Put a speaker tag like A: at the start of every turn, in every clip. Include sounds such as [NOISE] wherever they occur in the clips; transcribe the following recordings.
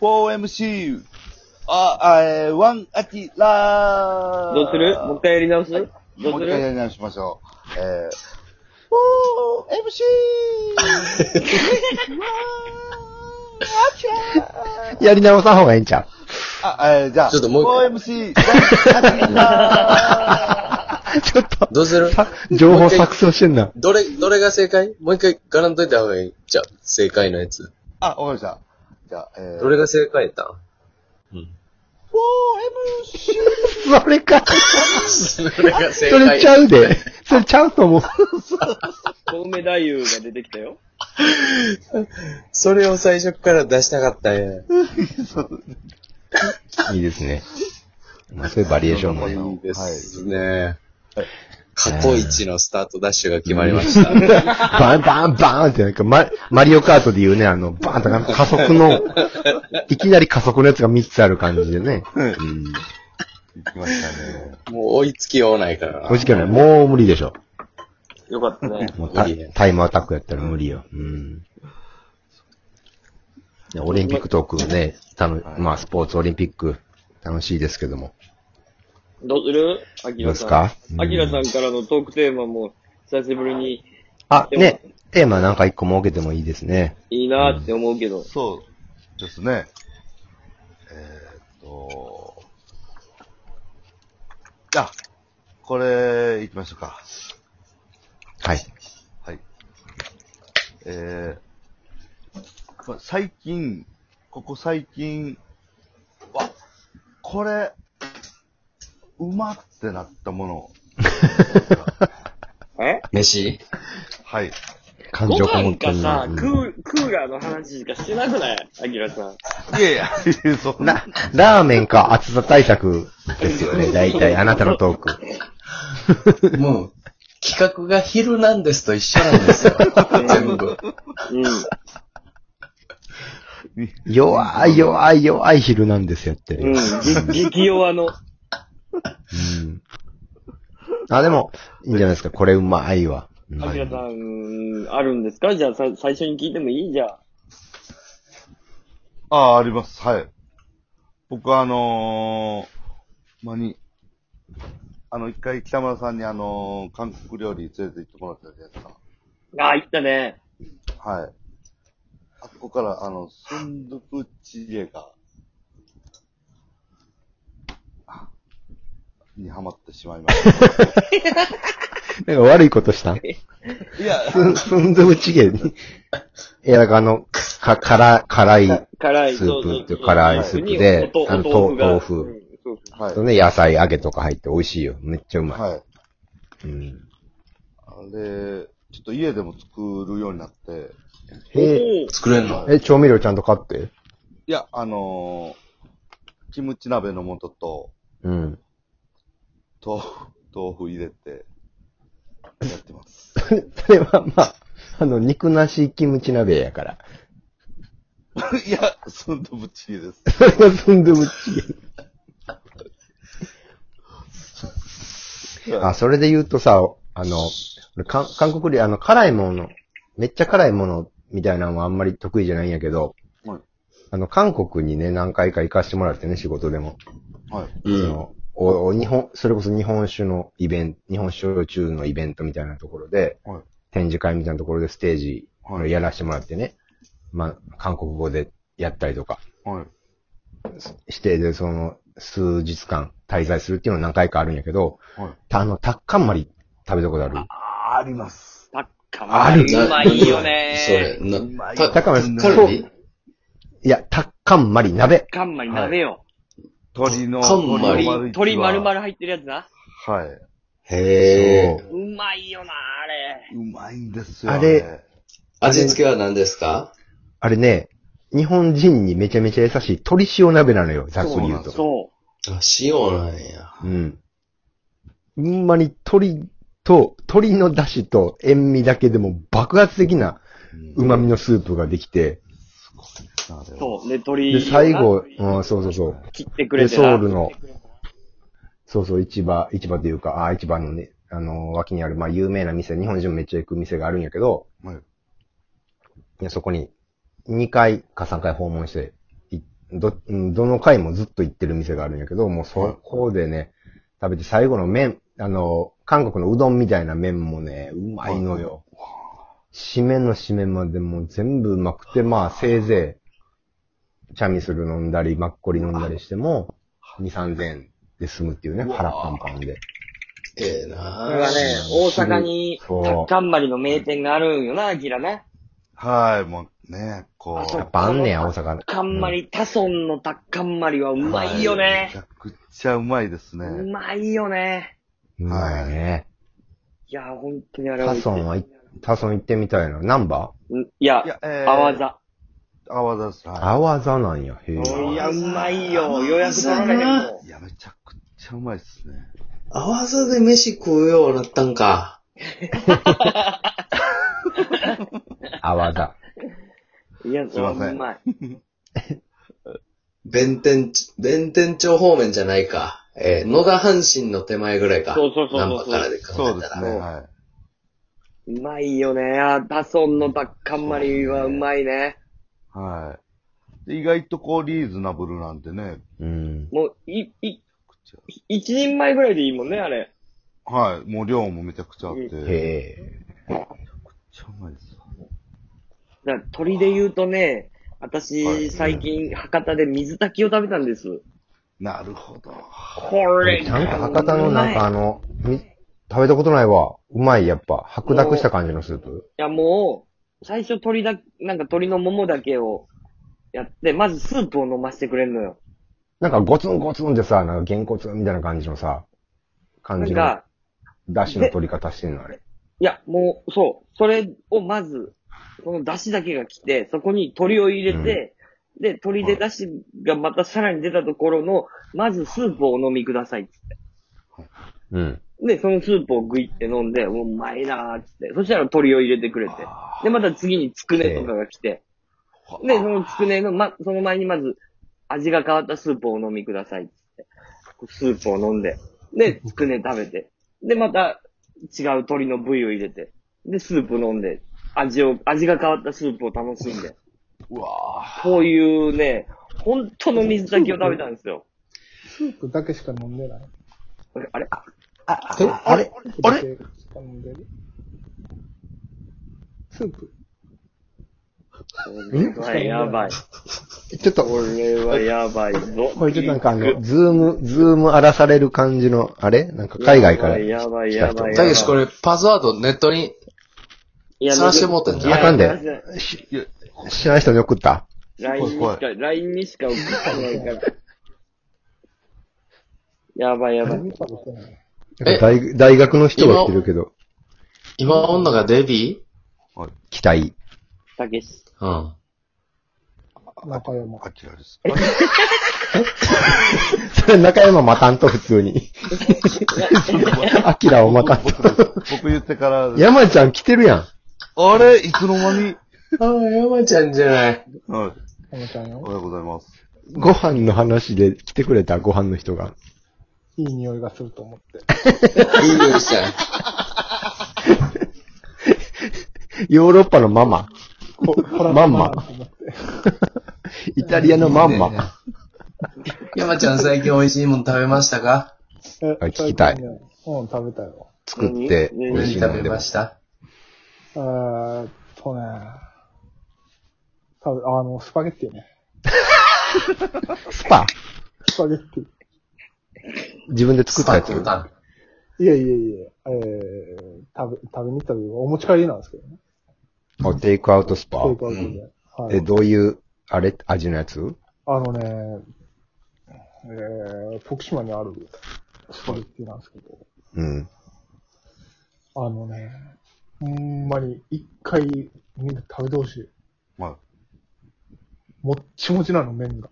A: 4MC、あ、あえー、ワンアキラー
B: どうするもう一回やり直す、ど
A: も
B: う
A: う
B: す
A: 一回や
B: る
A: り直しましょう。えー、4MC!
C: [LAUGHS]
D: やり直さん方がいいんちゃ
A: あ、えー、じゃあ、
C: ちょっともう一回
A: 4MC、ワンアキラ
D: う
C: [LAUGHS]
D: [LAUGHS] ちょっと、
C: どうする
D: さ情報錯綜してんな。
C: どれ、どれが正解もう一回絡んといた方がいい。じゃあ、正解のやつ。
A: ーあ、わかりました。じゃあ、えー、
C: どれが正解やったん
D: それか。
C: それが
D: [LAUGHS]
C: 正
D: それちゃうで。それちゃうと思う。
B: 小梅太夫が出てきたよ。
C: それを最初から出したかったんや。
D: いいですね。まあそういうバリエーションもね。
C: いいですね。過去一のスタートダッシュが決まりました。
D: バンバンバンってなんかマ、マリオカートで言うね、あの、バーンとなんか加速の、いきなり加速のやつが3つある感じでね。うん。
A: 行きましたね。
C: もう追いつきようないからな
D: 正。直ね、もう無理でしょ。
B: よかったね。
D: もうタ
C: 無理ね
D: タイムアタックやったら無理よ。うん。いやオリンピックトークね、楽まあスポーツオリンピック楽しいですけども。
B: どうするアキ
D: どう
B: ラ
D: です
B: さん。
D: かうん
B: アキラさんからのトークテーマも久しぶりに
D: あ、ね、テーマなんか一個設けてもいいですね。
B: いいなって思うけど。
A: そうですね。えーっと、じゃあ、これ、行きましょうか。
D: はい。
A: はい。えー、ま最近、ここ最近、わ、これ、うまってなったもの。
B: え
C: 飯
A: はい。
D: 感
B: ご
D: 情こも
B: 飯
D: って
B: か
D: る
B: さ、
D: うん
B: クー、クーラーの話しかしてなくないアキラさん。
A: いやい [LAUGHS] や、そんな。
D: な、ラーメンか暑さ対策ですよね、大体。あなたのトーク。
C: もう、企画が昼なんですと一緒なんですよ。全部。
B: うん。
D: 弱い弱い弱い昼なんですやってる
B: う
D: よ
B: ん。ぎ激弱の。
D: うんあ、でも、いいんじゃないですか。これうまいわ。う
B: ア
D: ま
B: キ
D: い
B: ラさん、あるんですかじゃあさ、最初に聞いてもいいじゃん。
A: ああ、あります。はい。僕はあのー、まに、あの、一回北村さんにあのー韓国料理連れて行ってもらったじゃないですか。
B: ああ、行ったね。
A: はい。あそこから、あの、スンドゥプチゲが、あにハマってしまいまし
D: なんか悪いことした
A: た。いや、
D: す、すんどぶちげに。いや、なんかあの、か、辛、辛い、
B: 辛い、
D: スープ
B: そうそうそう
D: って辛いスープで
B: おと
D: あの
B: お豆腐が
D: 豆腐
B: うんそうそ
A: [LAUGHS]
B: う
A: はい。
D: ね、野菜揚げとか入って美味しいよ。めっちゃうまい。
A: はい。
D: うん。
A: あれ、ちょっと家でも作るようになって、
D: え、
B: おー
C: 作れんの
D: え、調味料ちゃんと買って
A: いや、あのーキムチ鍋の素と、
D: うん。
A: 豆腐、豆腐入れて、やってます。
D: それは、まあ、あの、肉なしキムチ鍋やから。
A: [LAUGHS] いや、スンドゥプチゲです。
D: それがすんどぶちげ。あ、それで言うとさ、あの、俺か韓国で、あの、辛いもの、めっちゃ辛いものみたいなのはあんまり得意じゃないんやけど、
A: はい
D: あの、韓国にね、何回か行かしてもらってね、仕事でも。
A: はい。
C: う
D: そ
C: ん。
D: のおお日本、それこそ日本酒のイベント、日本酒中のイベントみたいなところで、
A: はい
D: 展示会みたいなところでステージを
A: はい。
D: やらせてもらってね、まあ、韓国語でやったりとか
A: はい。
D: して、で、その、数日間滞在するっていうのは何回かあるんやけど、
A: はい
D: たあの、タッカンマリ食べたことある
A: あ、あります。
B: タッカ
D: あ
B: マ
D: る
B: リうまいよね。
C: それ、な、
D: タッカンマリ、
C: カ
D: そ
C: ロ
D: う
C: リー
D: いや、タッカンマリ鍋。
B: タッカンマリ鍋よ。
A: 鶏の、
C: かんま
A: 鶏
C: り
A: の丸一
B: 鶏丸
A: は
B: 々入ってるやつな。
A: はい。
C: へ
D: そ
C: ー
D: う
B: うまいよな、あれ。
A: うまいんですよ、
D: あ
A: あ
D: れ
A: れ。
C: 味付けは何ですか
D: あれね、日本人にめちゃめちゃ優しい鶏塩鍋なのよ、ざっくり言うと。
B: そ
C: あ、塩なんや。
D: うん。ほんまに鶏と、鶏の出汁と塩味だけでも爆発的な旨味のスープができて、
A: あれ
B: う。
A: は
B: そう。で、鶏
D: で、
B: をな
D: 最後、うん、そうそうそう。
B: 切ってく
D: で、
B: れて
D: ソ
B: な
D: ウルの、そうそう、市場、市場というか、あ市場のね、あの、脇にある、まあ、有名な店、日本人もめっちゃ行く店があるんやけど、
A: はい
D: いやそこに、2回か3回訪問して、いど、うんどの回もずっと行ってる店があるんやけど、もうそこでね、食べて最後の麺、あの、韓国のうどんみたいな麺もね、うまいのよ。締めの締めまでもう全部うまくて、まあせいぜい、チャミスル飲んだり、マッコリ飲んだりしても、2、3000円で済むっていうね、
A: うわ
D: 腹パンパンで。
C: ええ
B: こ
C: な
B: れはね、大阪に、タ
D: そう
B: ッカンマリの名店があるんよな、アキラね。
A: はい、もうね、こ。
B: あそうう
D: やっぱあんねや、大阪。
B: タッカンマリ、タソンのタッカンマリはうまいよ
A: はいめ
B: ね
A: ち。ゃくちゃうまいですね。
B: うまいよね。
D: うん。うまいね。
B: いや、本当にあれ
D: タ
B: は美味しい
D: ソンは、タソン行ってみたいな。ナンバ
B: うんいや
A: い、や、えー、
B: 泡。ざ。
A: 泡ざです。
D: ー
A: は
D: アワザなんや、へえ。
B: いや、うまいよ。予約取られへんも
A: い。いや、めちゃくちゃうまいですね。
C: 合わせで飯食うようなったんか。
D: アワザ。
B: ん。いや、
A: すいません
B: うまい。
C: 弁天ち、弁天町方面じゃないか。えー、野田阪神の手前ぐらいか。
B: そうそうそうそう
C: ナンバーからで考
A: そう
C: え
A: で
C: たら。
A: すね、は
B: うまいよね。あタソンのタッカンマリはうまいね。
A: い。はい。で意外とこう、リーズナブルなんでね、
D: うん。
B: もう、い、い、
A: くち
B: 一人前ぐらいでいいもんね、あれ。
A: ゃはい。もう量もめちゃくちゃあって。め
D: へ
A: ち
D: え。
A: ゃうまいです。
B: だから鳥で言うとね、
A: はい
B: 私、最近、博多で水炊きを食べたんです。
A: なるほど。
B: これが
D: なんか博多のなんかあの、み食べたことないわ。うまい、やっぱ。白濁した感じのスープ。
B: いや、もう、最初鳥だ、なんか鳥のももだけをやって、まずスープを飲ませてくれるのよ。
D: なんかゴツンゴツンってさ、なんかげんこつみたいな感じのさ、感
B: なん
D: じの、
B: か、
D: だしの取り方してんの、あれ。
B: いや、もう、そう、それをまず、この出汁だけが来て、そこに鳥を入れて、で、鶏で出汁がまたさらに出たところの、まずスープをお飲みくださいっつって。
D: うん。
B: で、そのスープをグイって飲んで、うまいなーっつって。そしたら鶏を入れてくれて。で、また次につくねとかが来て。で、そのつくねの、ま、その前にまず、味が変わったスープをお飲みくださいっつって。スープを飲んで。で、つくね食べて。で、また、違う鶏の部位を入れて。で、スープ飲んで。味を、味が変わったスープを楽しんで。
A: うわぁ。
B: こういうね、本当の水炊きを食べたんですよ。
E: スープだけしか飲んでない。
B: あれ
C: え
A: あれ
E: スープ
A: あ
E: だ
A: れ
E: けしか飲んでるスープ。
B: これはやばい。
D: ちょっと、
B: これはやばいぞ。
D: これちょっとなんかあの、ズーム、ズーム荒らされる感じの、あれなんか海外から。
B: やばいやばいやばい。
C: たけしこれ、パスワードネットに、
B: いや、
C: さらしてもうてんじゃ
B: い
C: ん
B: や
D: あかんで。
A: しいや、
D: 知らない人に送った
B: ラインにし
A: 怖い
B: か
A: 怖、
B: ラインにしか送ってないから。やばいやばい。
E: 何食べてない
C: え
D: 大大学の人は来てるけど、
C: 今女がデビ
D: 期待。 [LAUGHS]
B: たけし。
C: ーうん。
E: 中山。
A: あきらです。
D: それ中山待たんと、普通に。アキラを待たんと。
A: 僕僕僕言ってから、
D: 山ちゃん来てるやん。
A: あれいつの間に
C: ああ、山ちゃんじゃない。
A: はい。
E: 山ちゃん
A: お
E: よ。
A: はようございます。
D: ご飯の話で来てくれたご飯の人が。
E: いい匂いがすると思って。
C: いい匂いしたよ。
D: ヨーロッパのママ。マンマ。イタリアのマンマ。
C: [LAUGHS] 山ちゃん最近美味しいもん食べましたか
E: え
D: あ聞きたい
E: 最近ねうん、食べたよ。
D: 作って、
B: 何
D: 美味し
C: 何
D: いので
C: 食べ
D: も
C: ま。した
E: えーっとね。食べ、あの、スパゲッティね。
D: スパ
E: スパゲッティ。
D: 自分で作ったや
C: スパ
D: つ。
C: ン
E: いやいやいや、えー、食べ、食べに行ったけど、お持ち帰りなんですけどね。
D: あテイクアウトスパ
E: テイクアウトで。はい。
D: え、どういう、あれ、味のやつ
E: あのね、えー、徳島にあるスパゲッティなんですけど、
D: うん。
E: あのね、ほんまに一回みんな食べてほしい。
A: ま
E: もっちもちなの、麺が。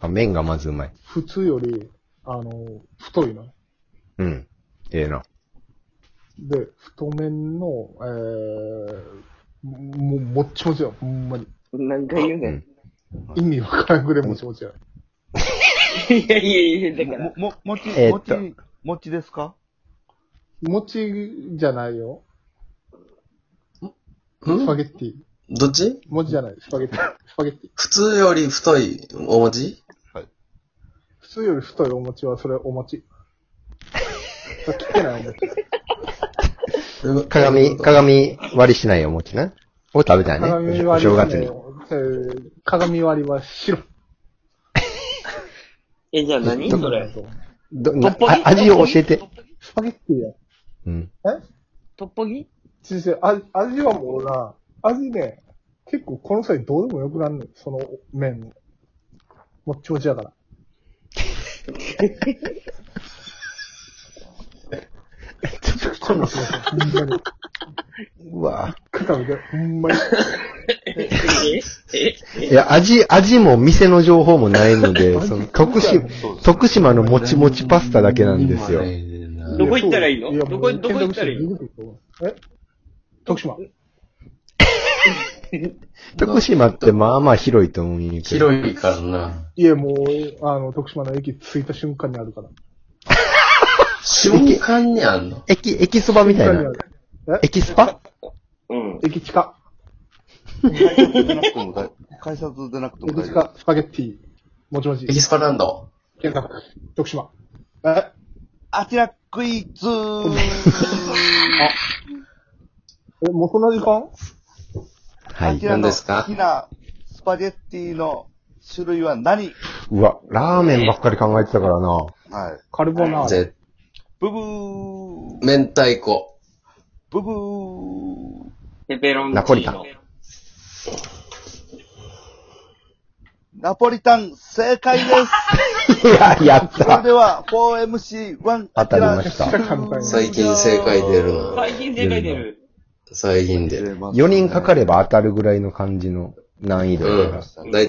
D: あ、麺がまずうまい。
E: 普通より、あの、太いの。
D: うん。ええな。
E: で、太麺の、えー、も、もっちもちよ、ほんまに。
B: 何回言うねん。
E: 意味わからんぐらいもちもちや。
B: いやいやいや、だか
A: あ、
B: ら
A: も、、も、もち、
D: えー
A: も
D: っと
A: ち、もちですか
E: もちじゃないよ。
C: う
E: スパ
C: ん
E: ゲッティ。
C: どっち
E: 文字じゃない、スパゲッティ。スパゲッティ。
C: 普通より太いお餅
E: 普通より太いお餅は、それ
D: [LAUGHS]
E: お餅。それ切ってないお餅。
D: 鏡、鏡割りしないお餅な。を食べたいね。
E: 鏡
D: お
E: 割り
D: 正
E: はね
D: 月に。
E: えー鏡割りは白。
B: え、じゃあ何それ。
D: ど
B: ト
D: な
B: ッポギ
D: あ味を教えて。。
E: スパゲッティや。
D: うん。
B: トッポギ
E: 先生、あ味はもうな、味ね、結構この際どうでもよくなんねん、その麺も。もっちもち
B: [LAUGHS]
E: やから。こんなすほんまに。
D: うわ
E: 食べて、ほんまに。
B: ええ
D: いや、味、味も店の情報もないの
E: [LAUGHS]
D: で、その、徳島、
A: そうです。
D: 徳島のもちもちパスタだけなんですよ。
B: どこ行ったらいいの
E: や
B: どこどこ行ったらいいの
E: 検索してえ徳島。
D: 徳島ってまあまあ広いと思うんやけど。
C: 広いからな。
E: いや、もう、あの、徳島の駅着いた瞬間にあるから。
C: 瞬間にあんの
D: 駅、駅そばみたい
E: 瞬間
D: な
E: に。あるえ
D: 駅スパ
B: うん。
E: 駅地下。
A: 改札出なくても
E: 駅
A: 大
E: 地
A: 丈
E: 下、スパゲッティ、もちもち
C: エ、キスパランド。
E: 検索、徳島。え
A: 夫。あちらクイ
D: [LAUGHS]
A: ズ
E: え、もうそんな時間
D: は
A: あ
D: い
A: ち。ら
C: 何
A: の
C: ですか
A: 好きなスパゲッティの種類は何
D: うわ、ラーメンばっかり考えてたからな。
A: はい。
D: [LAUGHS]
E: カルボナーラ。
C: ぜ、
A: ブブー
C: 明太子。
A: ブブー
B: ペペロンチーノ。
D: ナポリタン
A: ナポリタン正解です
D: [LAUGHS] いや、やっ
A: それ
D: た。
A: では 4MC1
D: 当たりました
C: 最近正解出るの。
B: 最近正解出る。
C: 最近出る。
D: 4人かかれば当たるぐらいの感じの難易度
C: う
D: やから
C: ん。だい